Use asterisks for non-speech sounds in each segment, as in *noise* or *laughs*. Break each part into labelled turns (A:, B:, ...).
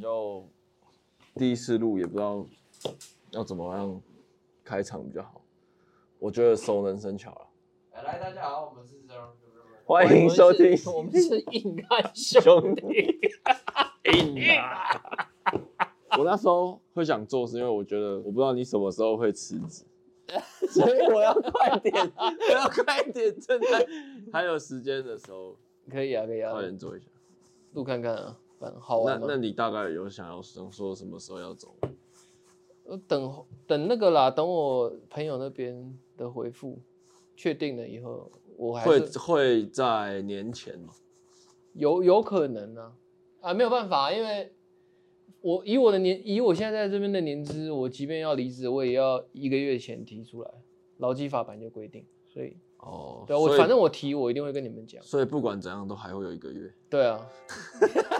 A: 就第一次录，也不知道要怎么样开场比较好。我觉得熟能生巧了。
B: 呃来，大家好，我们是 Zero。
A: 欢迎收听
C: 我们是硬汉兄弟， *laughs* 硬啊汉
A: *laughs* 我那时候会想做，是因为我觉得我不知道你什么时候会辞
C: *laughs*
A: 职，所以我要快点，我要快点，趁在还有时间的时候，
C: *laughs* 可以啊，可以啊
A: 快，点做一下。
C: 录看看啊，反正好
A: 那
C: 玩吗
A: 那？你大概有想要想说什么时候要走吗？
C: 呃等等那个啦，等我朋友那边的回复确定了以后，我还
A: 会
C: 是
A: 会在年前吗？
C: 有有可能啊，啊，没有办法，因为我以我的年，以我现在在这边的年资，我即便要离职，我也要一个月前提出来，劳基法版就规定，所以
A: 哦，
C: 对啊，我
A: 所以
C: 反正我提，我一定会跟你们讲，
A: 所以不管怎样都还会有一个月。
C: 对啊。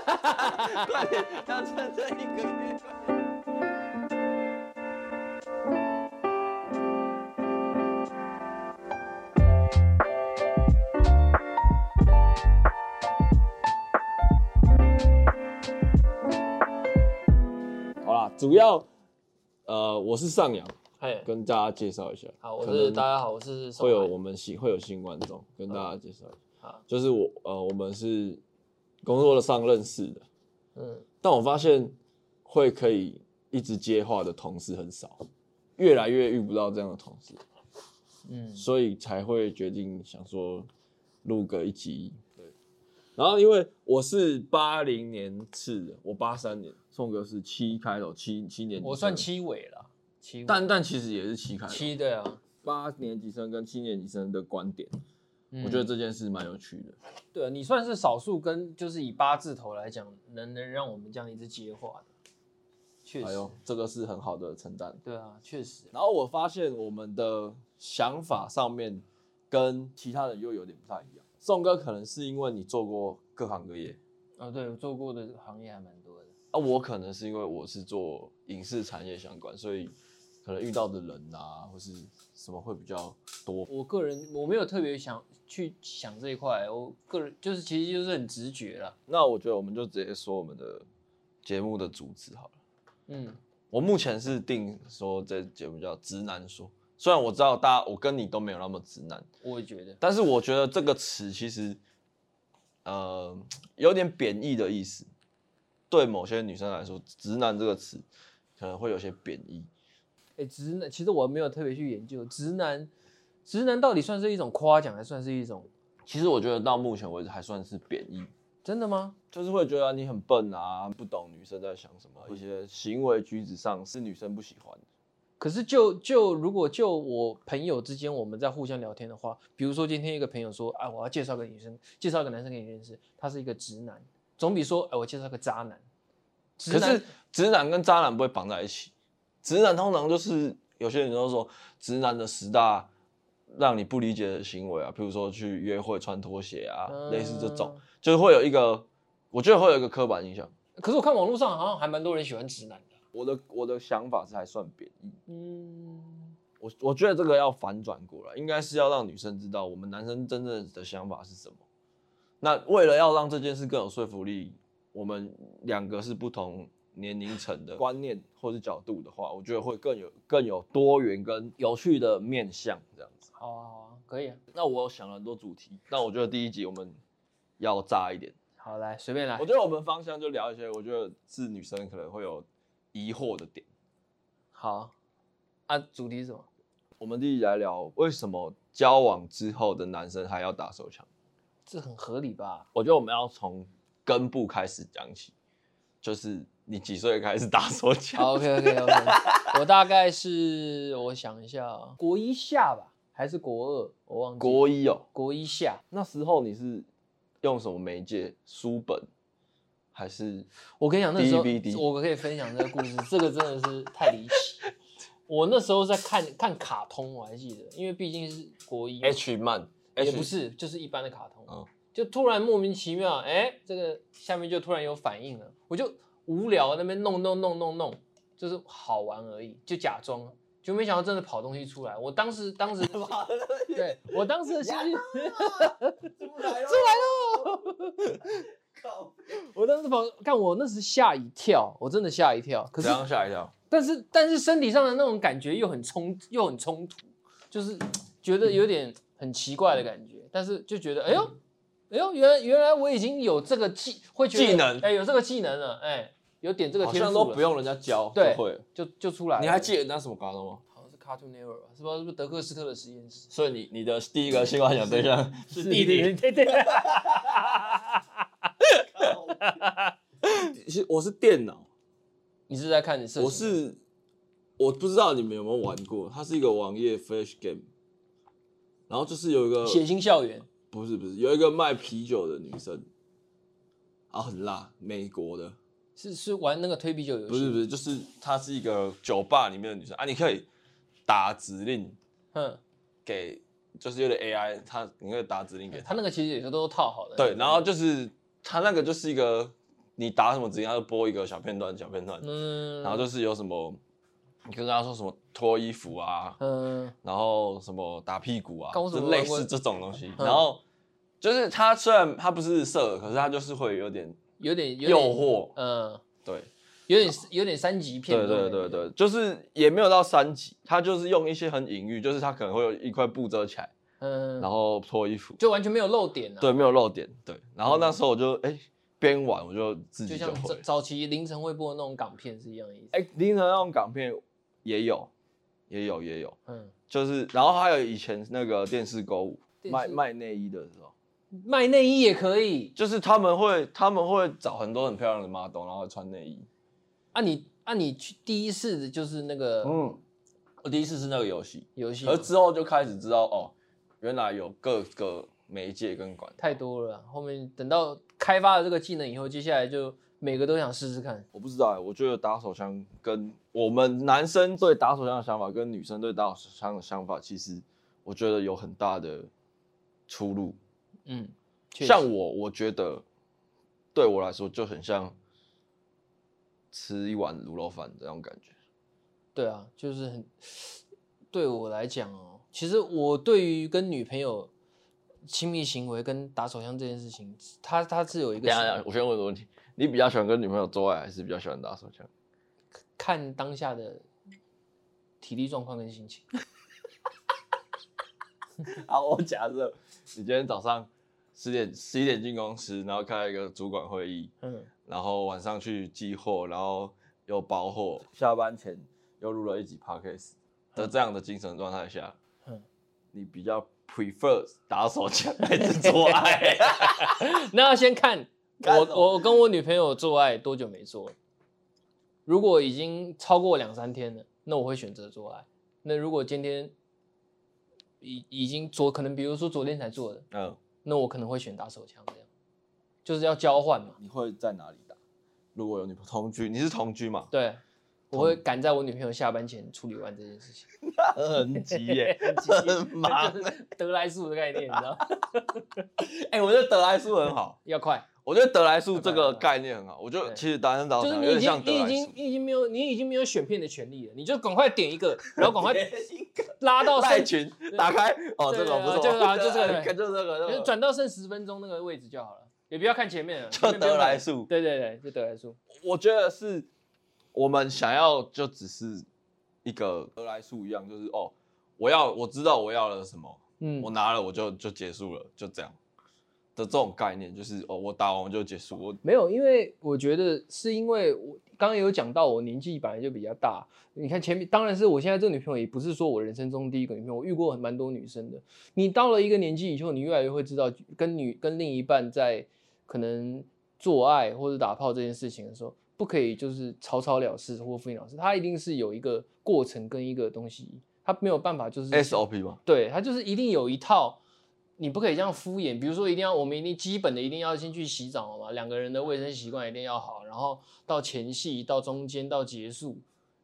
A: 快点，要趁这一个月。好啦，主要呃，我是上扬，
C: 嗨，
A: 跟大家介绍一下。
C: 哎好，我
A: 可
C: 是
A: 能
C: 大家好，我是宋
A: 会有
C: 海
A: 我们新会有新观众，跟大家介绍一下。
C: 好
A: 就是我呃，我们是工作的上认识的，
C: 嗯，
A: 但我发现会可以一直接话的同事很少，越来越遇不到这样的同事，
C: 嗯
A: 所以才会决定想说录个一集。对，然后因为我是八零年次的，我八三年，宋哥是七开头，七七年级，
C: 我算，七尾了，七尾
A: 但但其实也是七开头。
C: 七对啊，
A: 八年级生跟七年级生的观点，
C: 嗯
A: 我觉得这件事蛮有趣的。
C: 对啊、你算是少数跟就是以八字头来讲，能能让我们这样一直接话的，确
A: 哎
C: 实，
A: 呦，这个是很好的称赞。
C: 对啊，确实，
A: 然后我发现我们的想法上面跟其他人又有点不太一样。宋哥可能是因为你做过各行各业
C: 啊，对我做过的行业还蛮多的，
A: 啊，我可能是因为我是做影视产业相关，所以可能遇到的人啊，或是什么会比较多。
C: 我个人我没有特别想去想这一块，我个人就是其实就是很直觉啦，
A: 那我觉得我们就直接说我们的节目的主旨好了。
C: 嗯，
A: 我目前是定说这节目叫《直男说》，虽然我知道大家我跟你都没有那么直男，
C: 我也觉得，
A: 但是我觉得这个词其实，呃，有点贬义的意思。对某些女生来说，“直男”这个词可能会有些贬义。
C: 哎、直男其实我没有特别去研究直男，直男到底算是一种夸奖，还算是一种
A: 其实我觉得到目前为止还算是贬义，
C: 真的吗？
A: 就是会觉得你很笨啊，不懂女生在想什么，一些行为举止上是女生不喜欢的。
C: 可是就就如果就我朋友之间我们在互相聊天的话，比如说今天一个朋友说，啊，我要介绍个女生，介绍个男生给你认识，他是一个直男，总比说，哎、我介绍个渣男。直
A: 可
C: 男
A: 是直男跟渣男不会绑在一起，直男通常就是有些人都说直男的十大让你不理解的行为啊，譬如说去约会穿拖鞋啊，
C: 嗯呃
A: 类似这种。就是会有一个，我觉得会有一个刻板印象。
C: 可是我看网络上好像还蛮多人喜欢直男的。
A: 我的我的想法是还算贬义，
C: 嗯，
A: 我我觉得这个要反转过来，应该是要让女生知道我们男生真正的想法是什么。那为了要让这件事更有说服力，我们两个是不同年龄层的观念或是角度的话，我觉得会更有更有多元跟有趣的面向这样子。
C: 好啊，好啊，可以啊。
A: 那我有想了很多主题，那我觉得第一集我们要炸一点。
C: 好，来随便来
A: 我。觉得我们方向就聊一些，我觉得是女生可能会有疑惑的点。
C: 好，啊，主题是什么？
A: 我们第一集来聊为什么交往之后的男生还要打手枪。
C: 这很合理吧？
A: 我觉得我们要从根部开始讲起，就是你几岁开始打手枪？
C: 好，OK
A: *laughs*
C: OK OK，我大概是我想一下啊，国一下吧，还是国二？我忘记。
A: 国一哦，
C: 国一下，
A: 那时候你是用什么媒介？书本还是
C: 我跟你讲，那时候
A: DVD
C: 我可以分享这个故事， *laughs* 这个真的是太离奇。我那时候在看看卡通，我还记得，因为毕竟是国一嘛
A: H 漫？
C: 也不是，就是一般的卡通，
A: 哦
C: 就突然莫名其妙，哎、这个下面就突然有反应了，我就无聊那边弄弄弄弄弄，就是好玩而已，就假装，就没想到真的跑东西出来。我当时当时，对我当时的心情。
B: 出来了，
C: 出来喽！
B: 靠，
C: 我当时跑，看我那时吓一跳，我真的吓一跳。可
A: 怎
C: 是，
A: 样吓一跳？
C: 但是但是身体上的那种感觉又很冲，又很冲突，就是觉得有点很奇怪的感觉。但是就觉得，哎呦，哎呦，原来原来我已经有这个技，会觉得
A: 技能
C: 哎，有这个技能了，哎，有点这个
A: 好
C: 天赋
A: 像
C: 了，
A: 都不用人家教就
C: 对
A: 会了。
C: 就就出来了。
A: 你还记得那什么高中吗？
C: 好像是 Cartoon Network 吧？是不是是不是德克斯特的实验室？
A: 所以你你的第一个性幻想对象是弟弟。
C: *laughs*
A: *laughs*
C: 对对。
B: 靠，
A: 是我是电脑，
C: 你是在看你射？
A: 我是我不知道你们有没有玩过，它是一个网页 Flash game，然后就是有一个
C: 血腥校园，
A: 不是不是有一个卖啤酒的女生，啊很辣，美国的，
C: 是是玩那个推啤酒游戏？
A: 不是不是，就是她是一个酒吧里面的女生啊，你可以打指令
C: 嗯，
A: 给，就是有点 AI，她你可以打指令给她
C: 他，那个其实有时候都套好的。
A: 对，然后就是她那个就是一个你打什么指令，她就播一个小片段小片段，
C: 嗯，
A: 然后就是有什么，你跟他说什么脱衣服啊，
C: 嗯，
A: 然后什么打屁股啊
C: 干我，怎
A: 就
C: 么
A: 类
C: 玩过
A: 似这种东西。
C: 嗯
A: 然后就是他虽然他不是色儿，可是他就是会有点
C: 有点有
A: 诱
C: 点，
A: 惑，
C: 嗯，
A: 对
C: 有点有点三级片。
A: 对对对，对，就是也没有到三级，他就是用一些很隐喻，就是他可能会有一块布遮起来，
C: 嗯，
A: 然后脱衣服，
C: 就完全没有漏点啊。
A: 对，没有露点，对。然后那时候我就哎边玩我就自
C: 嗯就
A: 己
C: 像
A: 就
C: 早
A: 会，
C: 早期凌晨会播的那种港片是一样的意思。
A: 哎，凌晨那种港片也有，也有也有。
C: 嗯，
A: 就是，然后还有以前那个电视购物
C: 电视
A: 卖卖内衣的时候，
C: 卖内衣也可以
A: 就是他们会他们会找很多很漂亮的 model，然后穿内衣。
C: 啊你。啊，你去第一次的就是那个
A: 嗯，我第一次是那个游戏，
C: 游戏嘛，
A: 而之后就开始知道哦，原来有各个媒介跟管道。
C: 太多了啊。后面等到开发了这个技能以后，接下来就每个都想试试看。
A: 我不知道欸，我觉得打手枪跟我们男生对打手枪的想法跟女生对打手枪的想法，其实我觉得有很大的出入。
C: 嗯，确实
A: 像我，我觉得对我来说就很像吃一碗卤肉饭这种感觉。
C: 对啊，就是很对我来讲哦，其实我对于跟女朋友亲密行为跟打手枪这件事情，它它是有一个
A: 等一下，等一下我先问个问题：你比较喜欢跟女朋友做爱，还是比较喜欢打手枪？
C: 看当下的体力状况跟心情。
A: 啊，我假设你今天早上十点十一点进公司，然后开一个主管会议，
C: 嗯，
A: 然后晚上去寄货，然后又包货，下班前又录了一集 podcast 的这样的精神状态下，
C: 嗯
A: 你比较 prefer 打手枪还是做 *laughs* 爱？
C: *laughs* 那要先看
A: 看哦
C: 我我跟我女朋友做爱多久没做了。如果已经超过两三天了，那我会选择做爱。那如果今天已已经昨可能比如说昨天才做的，
A: 嗯，
C: 那我可能会选打手枪这样，就是要交换嘛。
A: 你会在哪里打？如果有女朋友同居，你是同居嘛？
C: 对，我会赶在我女朋友下班前处理完这件事情。，
A: *laughs* 很急耶
C: *laughs* 很急
A: 很 *laughs* 忙
C: 这就是得来速的概念，你知道吗？ *laughs*
A: 哎、我觉得得来速很好。
C: 要快，
A: 我觉得得来速这个概念很好，我觉得
C: 对
A: 其实达人导
C: 就是
A: 赏
C: 你
A: 有
C: 已
A: 点像
C: 经
A: 得
C: 你已
A: 来
C: 经
A: 速，
C: 你已经没有你已经没有选片的权利了，你就赶快点
A: *laughs*
C: 一个，然后赶快拉到
A: 赖
C: 剩，
A: 群打开哦，
C: 对
A: 这个不
C: 啊
A: 错，
C: 就是啊就这个
A: *laughs*
C: 对
A: 看就这个，
C: 就
A: 这个
C: 转到剩十分钟那个位置就好了，也不要看前面了，
A: 就
C: 前面不用
A: 得来
C: 看。
A: 速。
C: 对对对，就得来速。
A: 我觉得是我们想要就只是一个得来速一样，就是哦，我要我知道我要了什么，
C: 嗯
A: 我，拿了我就就结束了，就这样的这种概念，就是哦，我打完我就结束，我
C: 没有，因为我觉得是因为我刚刚有讲到，我年纪本来就比较大。你看前面，当然是我现在这个女朋友也不是说我人生中第一个女朋友，我遇过蛮多女生的。你到了一个年纪以后，你越来越会知道，跟女跟另一半在可能做爱或者打炮这件事情的时候，不可以就是草草了事或敷衍了事，它一定是有一个过程跟一个东西，它没有办法就是
A: SOP 嘛，
C: 对，它就是一定有一套，你不可以这样敷衍。比如说，一定要我们一定基本的一定要先去洗澡嘛，两个人的卫生习惯一定要好，然后到前戏、到中间、到结束，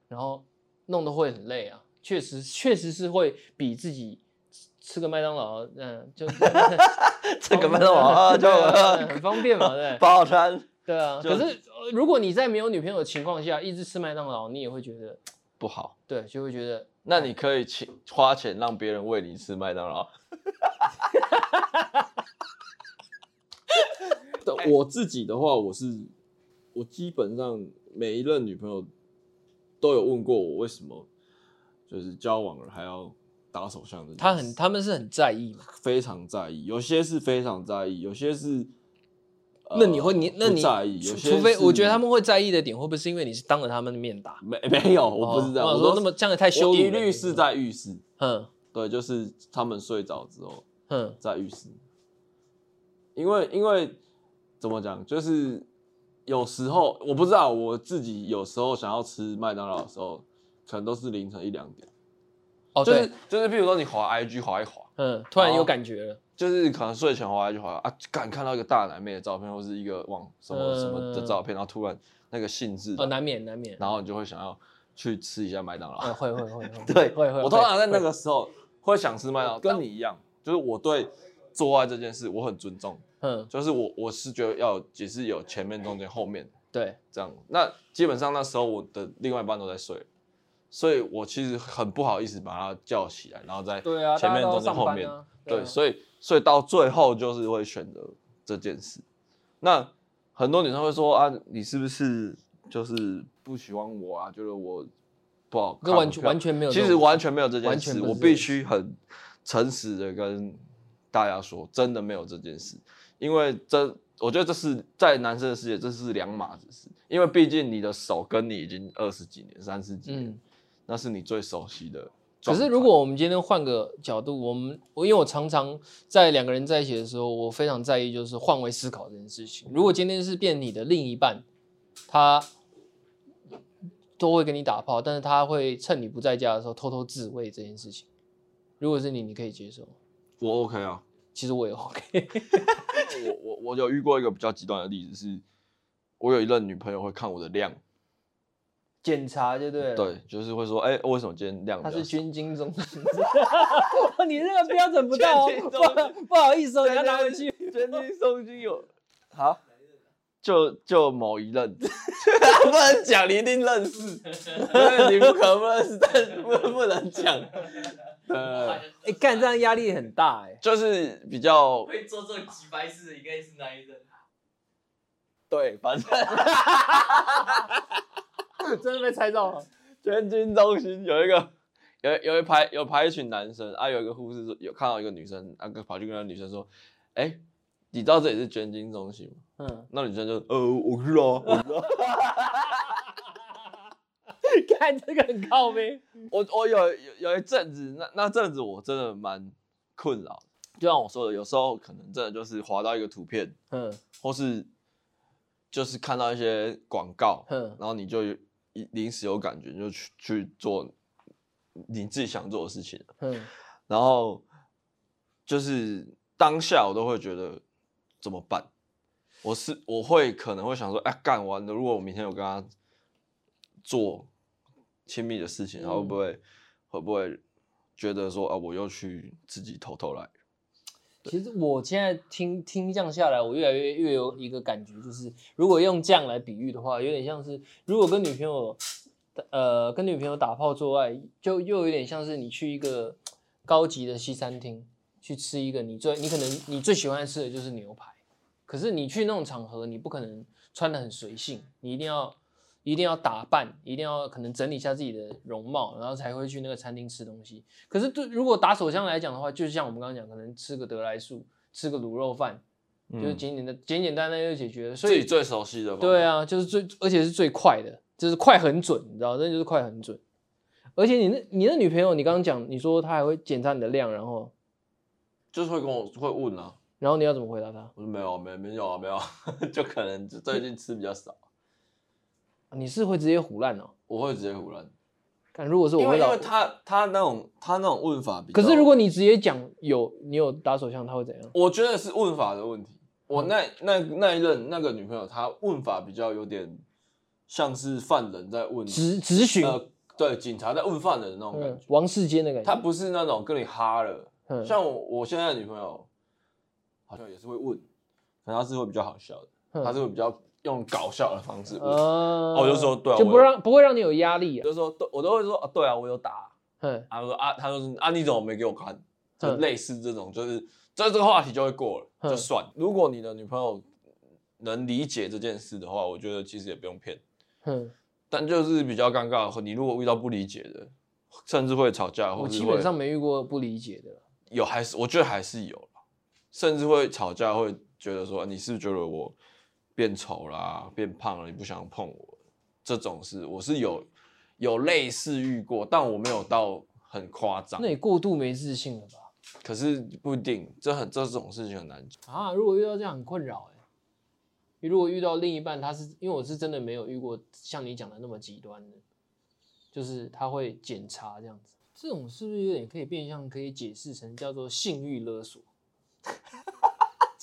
C: 然后弄得会很累啊。确实，确实是会比自己吃吃个麦当劳，
A: *laughs*
C: 嗯，就
A: 这个没什么啊，就
C: *laughs* 对啊对啊很方便
A: *laughs*
C: 嘛，对
A: 包餐
C: 对啊。
A: 就
C: 可是呃如果你在没有女朋友的情况下一直吃麦当劳，你也会觉得，
A: 不好。
C: 对，就会觉得
A: 那你可以请花钱 *laughs* 让别人喂你吃麦当劳，但我自己的话，我是我基本上每一任女朋友都有问过我为什么就是交往了还要打手枪的，
C: 他很他们是很在意嘛。
A: 非常在意，有些是非常在意，有些是。呃
C: 那你会你那
A: 不
C: 你
A: 在意，
C: 除
A: 有些
C: 除非
A: 是
C: 我觉得他们会在意的点，会不会是因为你是当着他们的面打？
A: 没没有，我不是这样，
C: 哦
A: 我
C: 说
A: 都
C: 那么这样也太羞
A: 我
C: 辱了。
A: 一律是在浴室，
C: 嗯
A: 对，就是他们睡着之后
C: 嗯
A: 在浴室，因为因为怎么讲，就是有时候我不知道我自己有时候想要吃麦当劳的时候，可能都是凌晨一两点，
C: 哦
A: 就
C: 对
A: 是就是，比如说你滑 IG 滑一滑，
C: 嗯，突然有
A: 哦
C: 感觉了。
A: 就是可能睡前滑 IG 滑啊，敢看到一个大奶妹的照片，或是一个网什么什么的
C: 嗯
A: 照片，然后突然那个兴致
C: 哦，，难免难免。
A: 然后你就会想要去吃一下麦当劳。
C: 嗯，会会会
A: *laughs*
C: 会。
A: 对，
C: 会会。
A: 我通常在那个时候会想吃麦当劳，跟你一样，就是我对做爱这件事我很尊重，
C: 嗯
A: 就是我我是觉得要有只是有前面、中间、后面
C: 对，
A: 这样。那基本上那时候我的另外一半都在睡，所以我其实很不好意思把他叫起来，然后再
C: 对啊，
A: 前面、
C: 大家都
A: 中间、
C: 要上
A: 后
C: 班
A: 面，
C: 啊。
A: 对，
C: 以
A: 所以所以到最后就是会选择这件事。那很多女生会说啊，你是不是就是不喜欢我啊？觉得我不好看，
C: 这完全完全没有这
A: 其
C: 种。
A: 实完全没有这件
C: 完全
A: 事，
C: 不
A: 我
C: 是这件
A: 必须很诚实的跟大家说，真的没有这件事，因为这我觉得这是在男生的世界，这是两码子事，因为毕竟你的手跟你已经二十几年、三十几年，
C: 嗯。
A: 那是你最熟悉的
C: 可
A: 状态。
C: 是，如果我们今天换个角度，我们我因为我常常在两个人在一起的时候，我非常在意就是换位思考这件事情。如果今天是变你的另一半，他都会跟你打炮，但是他会趁你不在家的时候偷偷自慰这件事情，如果是你，你可以接受吗。
A: 我 OK 啊，
C: 其实我也 OK，
A: 我我我有遇过一个比较极端的例子是，我有一任女朋友会看我的量，
C: *laughs* 检查就对了。，
A: 对，就是会说，哎、为什么今天量比
C: 他
A: 较
C: 是
A: 少？
C: 军经中心。 *laughs* 你这个标准不 *laughs* 到、
A: 军经
C: 哦，
A: 中心
C: 不好不好意思、哦，你
A: 对
C: 要拿
A: 他
C: 回
A: 们
C: 去。
A: 全军送军有好，就就某一任， *laughs* 不能讲，你一定认识，你不可能不认识，但不不能讲。呃，
C: *laughs* 哎、干这样压力很大哎、
A: 就是比较
B: 会做这种几白事的，应该是哪一任？
A: 对，反正
C: *laughs* 真的被猜到了。
A: 全军中心有一个。有有一排有排一群男生啊，有一个护士说有看到一个女生，啊，跑去跟那女生说，哎、你知道这里是捐精中心吗？
C: 嗯，
A: 那女生就呃，我知道啊， *laughs* 我知道啊。
C: *laughs* 看这个很靠呗。
A: 我我有有有一阵子，那那阵子我真的蛮困扰的，就像我说的，有时候可能真的就是滑到一个图片，
C: 嗯
A: 或是就是看到一些广告，
C: 哼，
A: 然后你就有一临时有感觉，你就去去做你自己想做的事情，
C: 嗯，
A: 然后就是当下我都会觉得怎么办？我是我会可能会想说，哎、干完了，如果我明天有跟他做亲密的事情，
C: 嗯
A: 然后会不会、会不会觉得说啊，我又去自己偷偷来？
C: 其实我现在听听这样下来，我越来越越有一个感觉，就是如果用这样来比喻的话，有点像是如果跟女朋友，呃，跟女朋友打炮做爱，就又有点像是你去一个高级的西餐厅去吃一个你最你可能你最喜欢吃的就是牛排，可是你去那种场合，你不可能穿的很随性，你一定要。一定要打扮，一定要可能整理一下自己的容貌，然后才会去那个餐厅吃东西。可是对如果打手枪来讲的话，就像我们刚刚讲，可能吃个得来速，吃个卤肉饭，
A: 嗯
C: 就是简简单简简单单就解决了。所
A: 自己
C: 以
A: 最熟悉的吧？
C: 对，啊，就是最而且是最快的，就是快很准，你知道，那就是快很准。而且你那你那女朋友，你刚刚讲，你说她还会检查你的量，然后
A: 就是会跟我会问啊，
C: 然后你要怎么回答她？
A: 我说没有没没有啊没 *laughs* 有啊，就可能就最近吃比较少，
C: 你是会直接胡烂哦？
A: 我会直接胡乱，
C: 看，如果是我
A: 因为
C: 会
A: 因
C: 老
A: 为，他他那种他那种问法比较，
C: 可是如果你直接讲有你有打手枪，她会怎样？
A: 我觉得是问法的问题。
C: 嗯
A: 我那那那一任那个女朋友，她问法比较有点像是犯人在问，
C: 直直询，
A: 呃，对，警察在问犯人的那种感
C: 嗯
A: 觉。，
C: 王世坚的感
A: 她
C: 觉。
A: 不是那种跟你哈了，
C: 嗯
A: 像我我现在的女朋友，好像也是会问，可能她是会比较好笑的，
C: 嗯
A: 她是会比较用搞笑的方式问。
C: 啊
A: 我就说对啊
C: 就
A: 我
C: 不
A: 有
C: 让不会让你有压力
A: 我
C: 啊。
A: 就说，对我都会说，啊对啊，我有打啊。
C: 嗯
A: 她说啊，她说是啊，你怎么没给我看？就
C: 嗯
A: 类似这种，就是这这个话题就会过了，就
C: 嗯
A: 算。如果你的女朋友能理解这件事的话，我觉得其实也不用骗。
C: 哼，
A: 但就是比较尴尬，你如果遇到不理解的，甚至会吵架，
C: 我
A: 或是
C: 基
A: 哦会
C: 本上没遇过不理解的。
A: 有还是我觉得还是有啦甚至会吵架，会觉得说你是不是觉得我变丑啦、变胖了，你不想碰我，这种事我是有有类似遇过，但我没有到很夸张
C: 那。你过度没自信了吧？
A: 可是不一定，这很这种事情很难讲。
C: 啊，如果遇到这样很困扰哎、如果遇到另一半，他是因为我是真的没有遇过像你讲的那么极端的，就是他会检查这样子，这种是不是有点可以变相可以解释成叫做性欲勒索？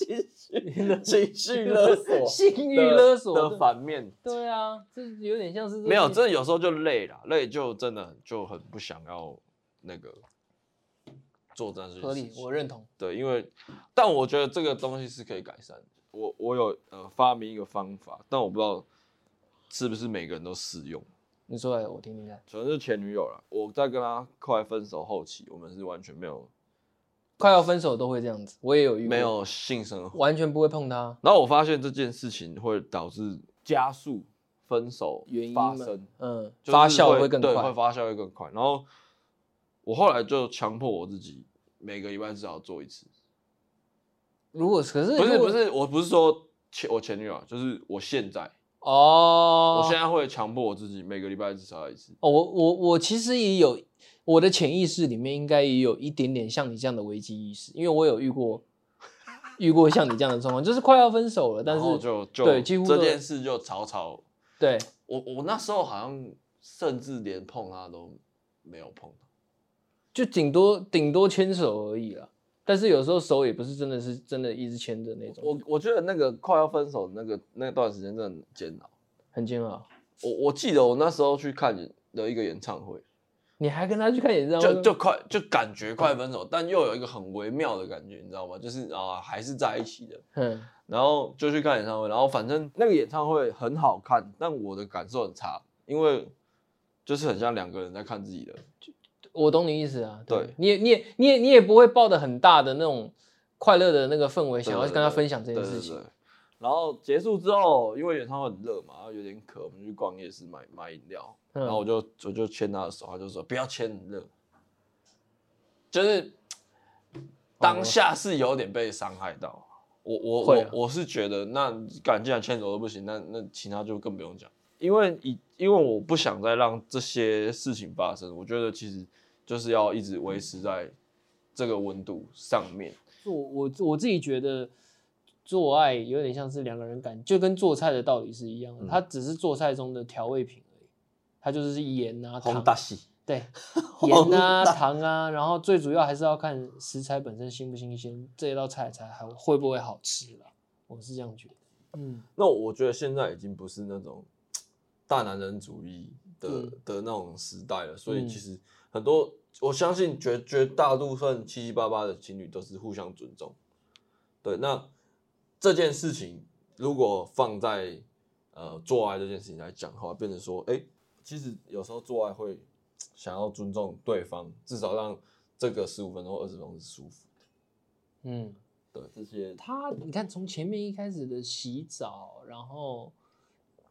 A: 情绪
C: *laughs*
A: *laughs*
C: 性欲勒
A: 的
C: 索
A: 反面，
C: 对啊，这有点像是
A: 没有，
C: 这
A: 这有时候就累了，累就真的很就很不想要那个做这件事情。
C: 合理，我认同。
A: 对，因为但我觉得这个东西是可以改善的。我我有呃发明一个方法，但我不知道是不是每个人都适用。
C: 你说来我听听看，
A: 可能是前女友了，我在跟她快分手后期，我们是完全没有
C: 快要分手都会这样子，我也有遇过，
A: 没有性生活。
C: 完全不会碰他，
A: 然后我发现这件事情会导致加速分手
C: 原因
A: 发
C: 吗
A: 生，
C: 嗯，
A: 就是
C: 发酵
A: 会
C: 会更
A: 对
C: 快
A: 会，发酵会更快。然后我后来就强迫我自己每个礼拜至少做一次，
C: 如果可是
A: 不是
C: 如果
A: 不是，我不是说前我前女友，啊就是我现在。我
C: 哦，
A: 现在会强迫我自己每个礼拜至少要一次。
C: 哦，我我我其实也有我的潜意识里面应该也有一点点像你这样的危机意识，因为我有遇过遇过像你这样的状况，就是快要分手了，但
A: 然后
C: 是
A: 就就
C: 对几乎
A: 这
C: 都
A: 件事就草草。
C: 对
A: 我我那时候好像甚至连碰他都没有碰到，
C: 就顶多顶多牵手而已啦。但是有时候手也不是真的是真的一直牵着那种，
A: 我我觉得那个快要分手的那个那段时间真的很煎熬。
C: 很煎熬。
A: 我我记得我那时候去看的一个演唱会，
C: 你还跟他去看演唱会
A: 就
C: 吗？
A: 就快就感觉快分手，但又有一个很微妙的感觉，你知道吗？就是啊还是在一起的。
C: 嗯，
A: 然后就去看演唱会，然后反正那个演唱会很好看，但我的感受很差，因为就是很像两个人在看自己的，
C: 我懂你意思啊。
A: 对
C: 你也你也你也你也不会抱着很大的那种快乐的那个氛围，
A: 对
C: 想要
A: 对
C: 跟他
A: 对
C: 分享这
A: 对
C: 件
A: 对
C: 事
A: 对
C: 情。
A: 然后结束之后，因为演唱会很热嘛，然后有点渴，我们去逛夜市买买饮料，
C: 嗯
A: 然后我就我就牵他的手，他就说不要牵，很热，就是当下是有点被伤害到。我我
C: 哦会
A: 我
C: 啊
A: 我是觉得，那敢既然牵手都不行，那那其他就更不用讲。因为以因为我不想再让这些事情发生，我觉得其实就是要一直维持在这个温度上面。
C: 做我我自己觉得做爱有点像是两个人感，就跟做菜的道理是一样的，
A: 嗯
C: 它只是做菜中的调味品而已，它就是盐啊糖，
A: 喜，
C: 对，盐啊糖啊，然后最主要还是要看食材本身新不新鲜，这一道菜才还会不会好吃啦，我是这样觉得。嗯，
A: 那我觉得现在已经不是那种大男人主义的、
C: 嗯
A: 的那种时代了，所以
C: 嗯
A: 其实很多、我相信绝绝大部分七七八八的情侣都是互相尊重。对，那这件事情如果放在呃做爱这件事情来讲的话，变成说，哎、其实有时候做爱会想要尊重对方，至少让这个十五分钟、二十分钟是舒服的。
C: 嗯，
A: 对，这些
C: 他你看从前面一开始的洗澡，然后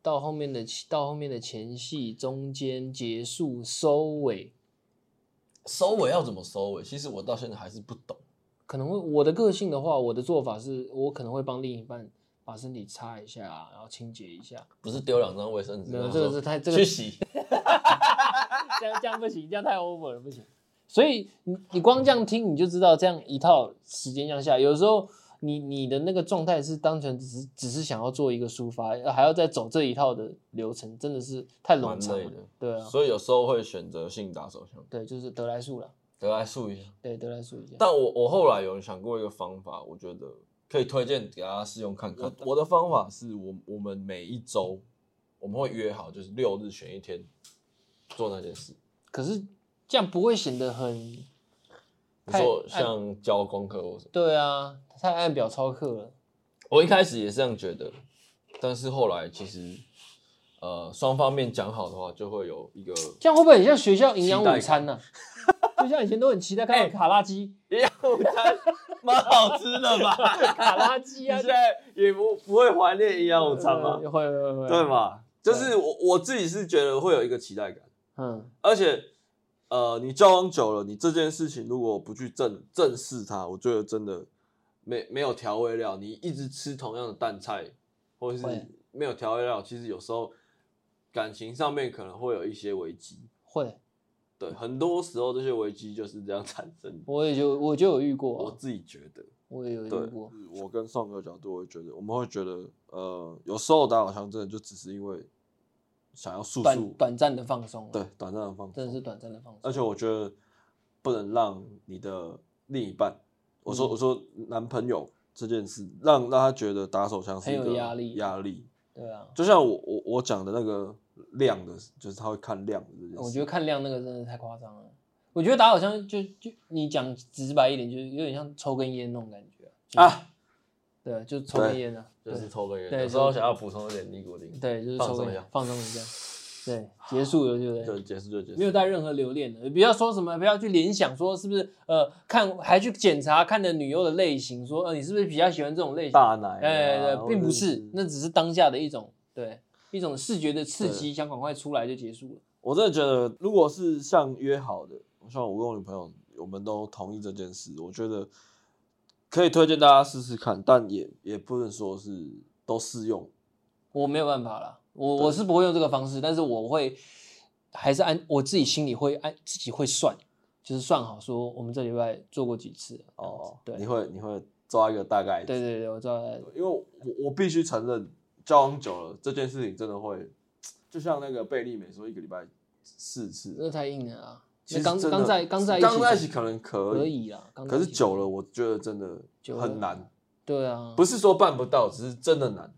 C: 到后面的到后面的前戏、中间、结束、收尾。
A: 收尾要怎么收尾，其实我到现在还是不懂。
C: 可能会我的个性的话，我的做法是我可能会帮另一半把身体擦一下，啊然后清洁一下。
A: 不是丢两张卫生纸，
C: 没有，
A: 然后
C: 这个
A: 说
C: 是太这个
A: 去洗。
C: *laughs* 这样这样不行，这样太 over 了，不行。所以你你光这样听你就知道，这样一套时间这样下来，有时候你你的那个状态是单纯只是只是想要做一个抒发，还要再走这一套的流程，真的是太冗长
A: 蛮累
C: 了
A: 的。
C: 对啊，
A: 所以有时候会选择性打手枪，
C: 对，就是得来速了，
A: 得来速一下。
C: 对，得来速一下。
A: 但我我后来有想过一个方法，我觉得可以推荐给大家试用看看。我的方法是我我们每一周我们会约好，就是六日选一天做那件事。
C: 可是这样不会显得很
A: 你
C: 太哎
A: 说
C: 按
A: 像交功课或什么，
C: 对啊，太按表操课了。
A: 我一开始也是这样觉得，但是后来其实呃双方面讲好的话，就会有一个
C: 这样会不会很像学校营养
A: 期待感
C: 午
A: 哎
C: 餐呢、就像以前都很期待看到卡拉鸡，
A: 一样午餐，蛮好吃的吧？
C: 卡拉鸡
A: 你
C: 啊
A: 现，在也不不会怀念营养午餐吗？
C: 呃会会会，
A: 对？啊嘛？就是我我自己是觉得会有一个期待感，
C: 嗯，
A: 而且呃，你交往久了，你这件事情如果不去正正视它，我觉得真的没没有调味料，你一直吃同样的淡菜，或是
C: 会
A: 没有调味料，其实有时候感情上面可能会有一些危机。
C: 会，
A: 对，很多时候这些危机就是这样产生 *laughs* 的。
C: 我也就我就有遇过
A: 我
C: 啊，
A: 自己觉得，
C: 我也有遇
A: 对
C: 过，，
A: 我跟宋哥的角度，我会觉得，我们会觉得，呃，有时候打好像真的就只是因为想要速
C: 短
A: 速，
C: 短暂的放松，啊
A: 对，，短暂的放
C: 真的
A: 松。
C: 是短暂的放松，
A: 而且我觉得不能让你的另一半，我说
C: 嗯
A: 我说男朋友这件事，让让他觉得打手枪是
C: 很
A: 一
C: 有
A: 个
C: 压力
A: 压力。
C: 对啊，
A: 就像我我我讲的那个量的，就是他会看量的这件事。
C: 我觉得看量那个真的太夸张了。我觉得打好像就就你讲直白一点，就是有点像抽根烟那种感觉就是
A: 啊，
C: 对，就抽根烟啊，
B: 就是抽根烟，
C: 对
B: 有时候想要补充一点尼古丁。
C: 对，就是
B: 放
C: 抽
B: 松
C: 根
B: 一
C: 烟
B: 下，
C: 放松
A: *laughs*
C: 一下，对，结束了，对不
A: 就
C: 对？
A: 结束就结束，
C: 没有带任何留恋的，不要说什么，不要去联想说是不是呃看还去检查看的女优的类型，说呃你是不是比较喜欢这种类型？
A: 大奶啊、
C: 哎，
A: 或
C: 对，并
A: 者
C: 不是，那只是当下的一种对一种视觉的刺
A: 对
C: 激，想赶快出来就结束了。
A: 我真的觉得，如果是像约好的，像我跟我女朋友，我们都同意这件事，我觉得可以推荐大家试试看，但也也不能说是都适用。
C: 我没有办法啦，我我是不会用这个方式，但是我会还是按我自己心里会按自己会算，就是算好说我们这礼拜做过几次
A: 哦，
C: 这样
A: 你
C: 子
A: 会你会抓一个大概，
C: 对对对对，我知道，
A: 因为我我必须承认，交往久了这件事情真的会，就像那个贝利美说，一个礼拜四次，
C: 那太硬了啊。
A: 其
C: 那
A: 实
C: 刚
A: 真的
C: 刚在刚在一起
A: 刚在一起可能可以
C: 可以啦，刚在
A: 可
C: 一
A: 是
C: 起
A: 久了，我觉得真的
C: 久了
A: 很难，
C: 对啊，
A: 不
C: 是
A: 是说办不到，只是真的难，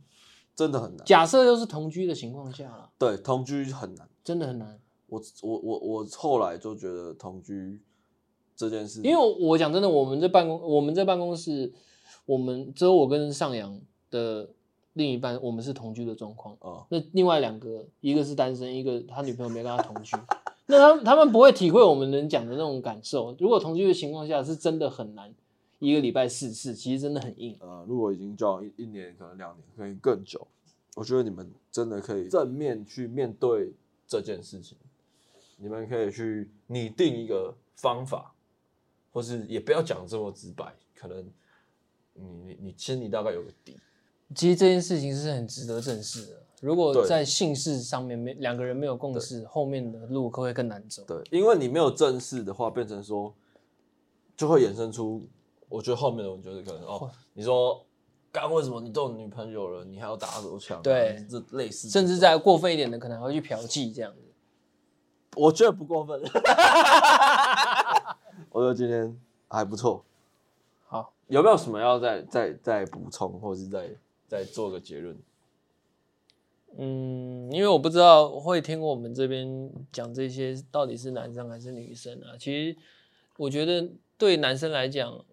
A: 真的很难。
C: 假设又是同居的情况下啦，
A: 对，同居很难。
C: 真的很难。
A: 我我我我后来就觉得同居这件事，
C: 因为我讲真的，我们这办公，我们这办公室，我们只有我跟上扬的另一半，我们是同居的状况。
A: 啊、
C: 那另外两个，一个是单身，一个他女朋友没跟他同居。 *laughs* 那他们他们不会体会我们能讲的那种感受。如果同居的情况下，是真的很难，一个礼拜四次，其实真的很硬。
A: 呃，如果已经交往一一年，可能两年，可能更久，我觉得你们真的可以正面去面对这件事情，你们可以去拟定一个方法，或是也不要讲这么直白，可能你你你心里大概有个底。
C: 其实这件事情是很值得正视的。如果
A: 对
C: 在性事上面没两个人没有共识，后面的路会更难走。
A: 对，因为你没有正视的话，变成说就会衍生出，我觉得后面的我觉得可能哦，你说刚为什么你都有女朋友了，你还要打手枪、啊
C: 对
A: 这类似，
C: 甚至在过分一点的，可能还会去嫖妓这样子。
A: 我觉得不过分。 *laughs* 我觉得今天还不错，
C: 好。
A: 有没有什么要再再再补充，或是再再做个结论？
C: 嗯，因为我不知道会听我们这边讲这些到底是男生还是女生啊。其实我觉得对男生来讲，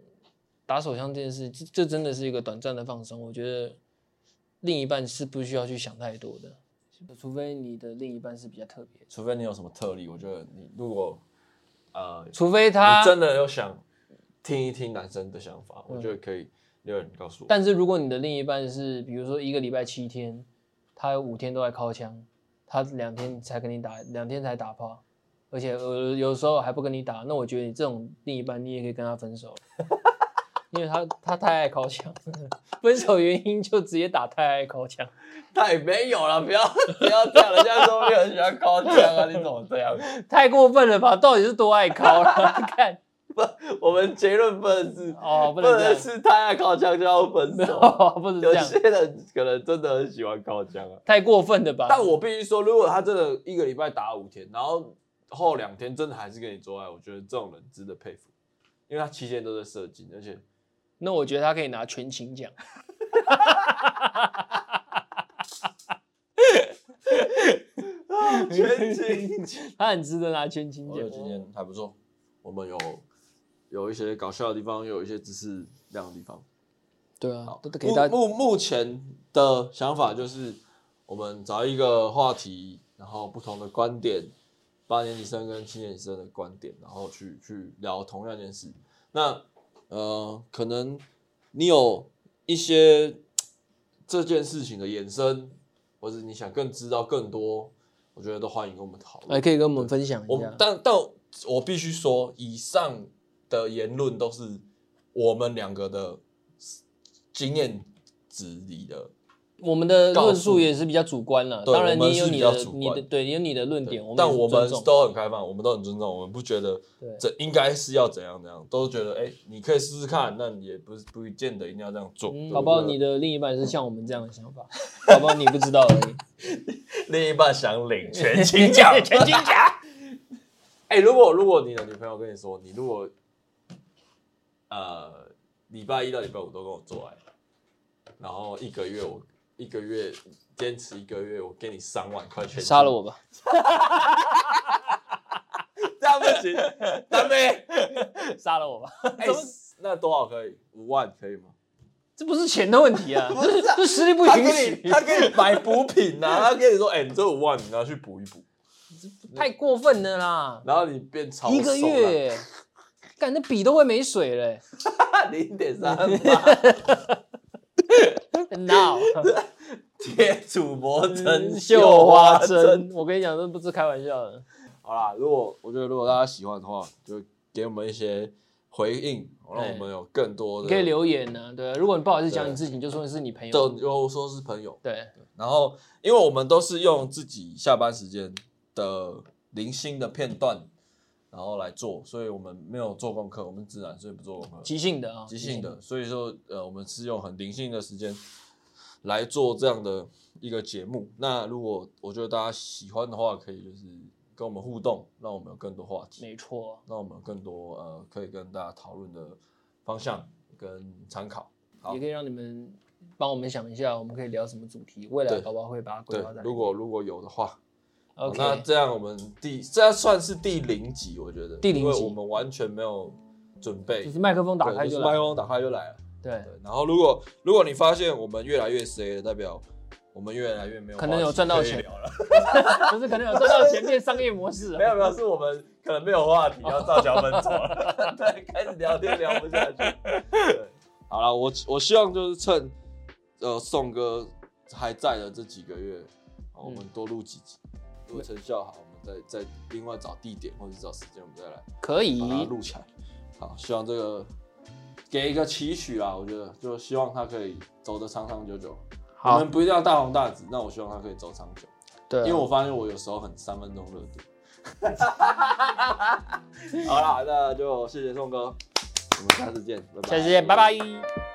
C: 打手枪这件事，这这真的是一个短暂的放松。我觉得另一半是不需要去想太多的，除非你的另一半是比较特别的，
A: 除非你有什么特例，我觉得你如果呃，
C: 除非他
A: 你真的有想听一听男生的想法，我觉得可以留言告诉我。
C: 但是如果你的另一半是，比如说一个礼拜七天，他有五天都在靠枪，他两天才跟你打，两天才打炮，而且呃有时候还不跟你打，那我觉得你这种另一半你也可以跟他分手，因为他他太爱靠枪， *laughs* 分手原因就直接打太爱靠枪。
A: *laughs* 太没有了，不要 *laughs* 不要这样，人家说你很喜欢高枪啊，你怎么这样？
C: 太过分了吧？到底是多爱靠了？ *laughs* 看
A: 我们结论不能是，
C: 哦，
A: *laughs* 不
C: 不能这
A: 能
C: 样，
A: 是太爱高枪就要分手。
C: 哦、不能
A: 有
C: 这样，
A: 些人可能真的很喜欢高枪啊，
C: 太过分了吧？
A: 但我必须说，如果他真的一个礼拜打五天，然后后两天真的还是跟你做爱，我觉得这种人值得佩服，因为他期间都在射精，而且
C: 那我觉得他可以拿全勤奖。
A: 全勤。
C: 他很值得拿全勤
A: 我觉
C: 奖
A: 得。今天还不错，我们有有一些搞笑的地方，也有一些知识量的地方。
C: 对啊，都都给
A: 目
C: 大家
A: 目目前的想法就是，我们找一个话题，然后不同的观点，八年级生跟七年级生的观点，然后去去聊同样一件事。那呃，可能你有一些这件事情的衍生，或者你想更知道更多，我觉得都欢迎跟我们讨论。
C: 哎，可以跟我们分享
A: 我
C: 一
A: 们
C: 下。
A: 但但我必须说，以上的言论都是我们两个的经验值里的，
C: 我们的
A: 告诉
C: 论述也是比较主观了，
A: 对
C: 当然
A: 我们
C: 你有
A: 是
C: 你
A: 比较
C: 的
A: 主，观
C: 你的对，你有你的论点，
A: 对
C: 我们
A: 但
C: 也是
A: 我们
C: 尊重
A: 都很开放，我们都很尊重，我们不觉得
C: 对
A: 这应该是要怎样怎样，都觉得哎、你可以试试看，那你也不是不见得一定要这样做。
C: 嗯
A: 对
C: 搞不好
A: 对
C: 你的另一半是像我们这样
A: *laughs*
C: 的想法，搞不好你不知道而已。
B: 另一半想领全勤
C: *laughs*
B: 奖，全勤奖。
A: *laughs* 哎、如果如果你的女朋友跟你说，你如果呃礼拜一到礼拜五都跟我做爱，然后一个月我一个月坚持一个月，我给你三万块钱，
C: 杀了，我
A: *laughs*
C: 吧！
A: 这样不 *laughs* 行，干杯！
C: 杀了我吧！
A: 哎、那多少可以？五万可以吗？
C: 这不是钱的问
A: *laughs*
C: 题啊，这这实力不
A: 他
C: 允
A: 给你
C: 许，
A: 他给你买补品呐、啊，他跟你说，哎、你这五万你拿去补一补，
C: *laughs* 太过分了啦！
A: 然后你变超
C: 一个
A: *laughs*
C: 月，干那笔都会没水嘞、
A: 零点三八，
C: *laughs* 闹
A: 贴主播
C: 嗯
A: 真
C: 绣
A: 绣
C: 花
A: 花针。
C: 针，我跟你讲，这不是开玩笑的。
A: 好啦，如果我觉得如果大家喜欢的话，就给我们一些回应，好让
C: 对
A: 我们有更多
C: 你
A: 的。
C: 可以留言呢、对，啊如果你不好意思讲
A: 对
C: 你自己，你就说是你朋友。
A: 就就说是朋友，
C: 对，
A: 然后因为我们都是用自己下班时间的零星的片段，然后来做，所以我们没有做功课，我们自然所以不做功课，
C: 即兴的啊、
A: 即兴的，所以说呃，我们是用很灵性的时间来做这样的一个节目。那如果我觉得大家喜欢的话，可以就是跟我们互动，让我们有更多话题。
C: 没错。
A: 让我们有更多呃可以跟大家讨论的方向跟参考。好
C: 也可以让你们帮我们想一下，我们可以聊什么主题，未来
A: 对
C: 宝宝会把它规
A: 对
C: 划在。，
A: 如果如果有的话好
C: OK，
A: 那这样我们第这算是第零集，我觉得
C: 第零集
A: 因为我们完全没有准备，
C: 就是麦克风打开
A: 对就
C: 就是
A: 麦克
C: 来。
A: 风打开就来了。
C: 对
A: 对，，然后如果如果你发现我们越来越 C 了，代表我们越来越没有
C: 可能有赚到
A: 话题
C: 钱
A: 可以聊了， *laughs*
C: 不是可能有赚到前面商业模式、
B: 没
C: 啊。
B: 有没有，是我们可能没有话题，要
A: *laughs*
B: 照
C: *laughs*
B: 脚本走了。
A: 对，开始聊天聊不下去。对，好了，我我希望就是趁呃宋哥还在的这几个月，好我们多录几集，
C: 嗯
A: 如果成效好，我们再再另外找地点或者找时间，我们再来
C: 可以
A: 把，它录起来。好，希望这个给一个期许啦，我觉得就希望他可以走得长长久久。我
C: 好
A: 们，不一定要大红大紫，那我希望他可以走长久，
C: 对啊，
A: 因为我发现我有时候很三分钟热度。
C: *laughs*
A: 好啦，那就谢谢宋哥，我们下次见，拜拜。
C: 下次见，拜拜。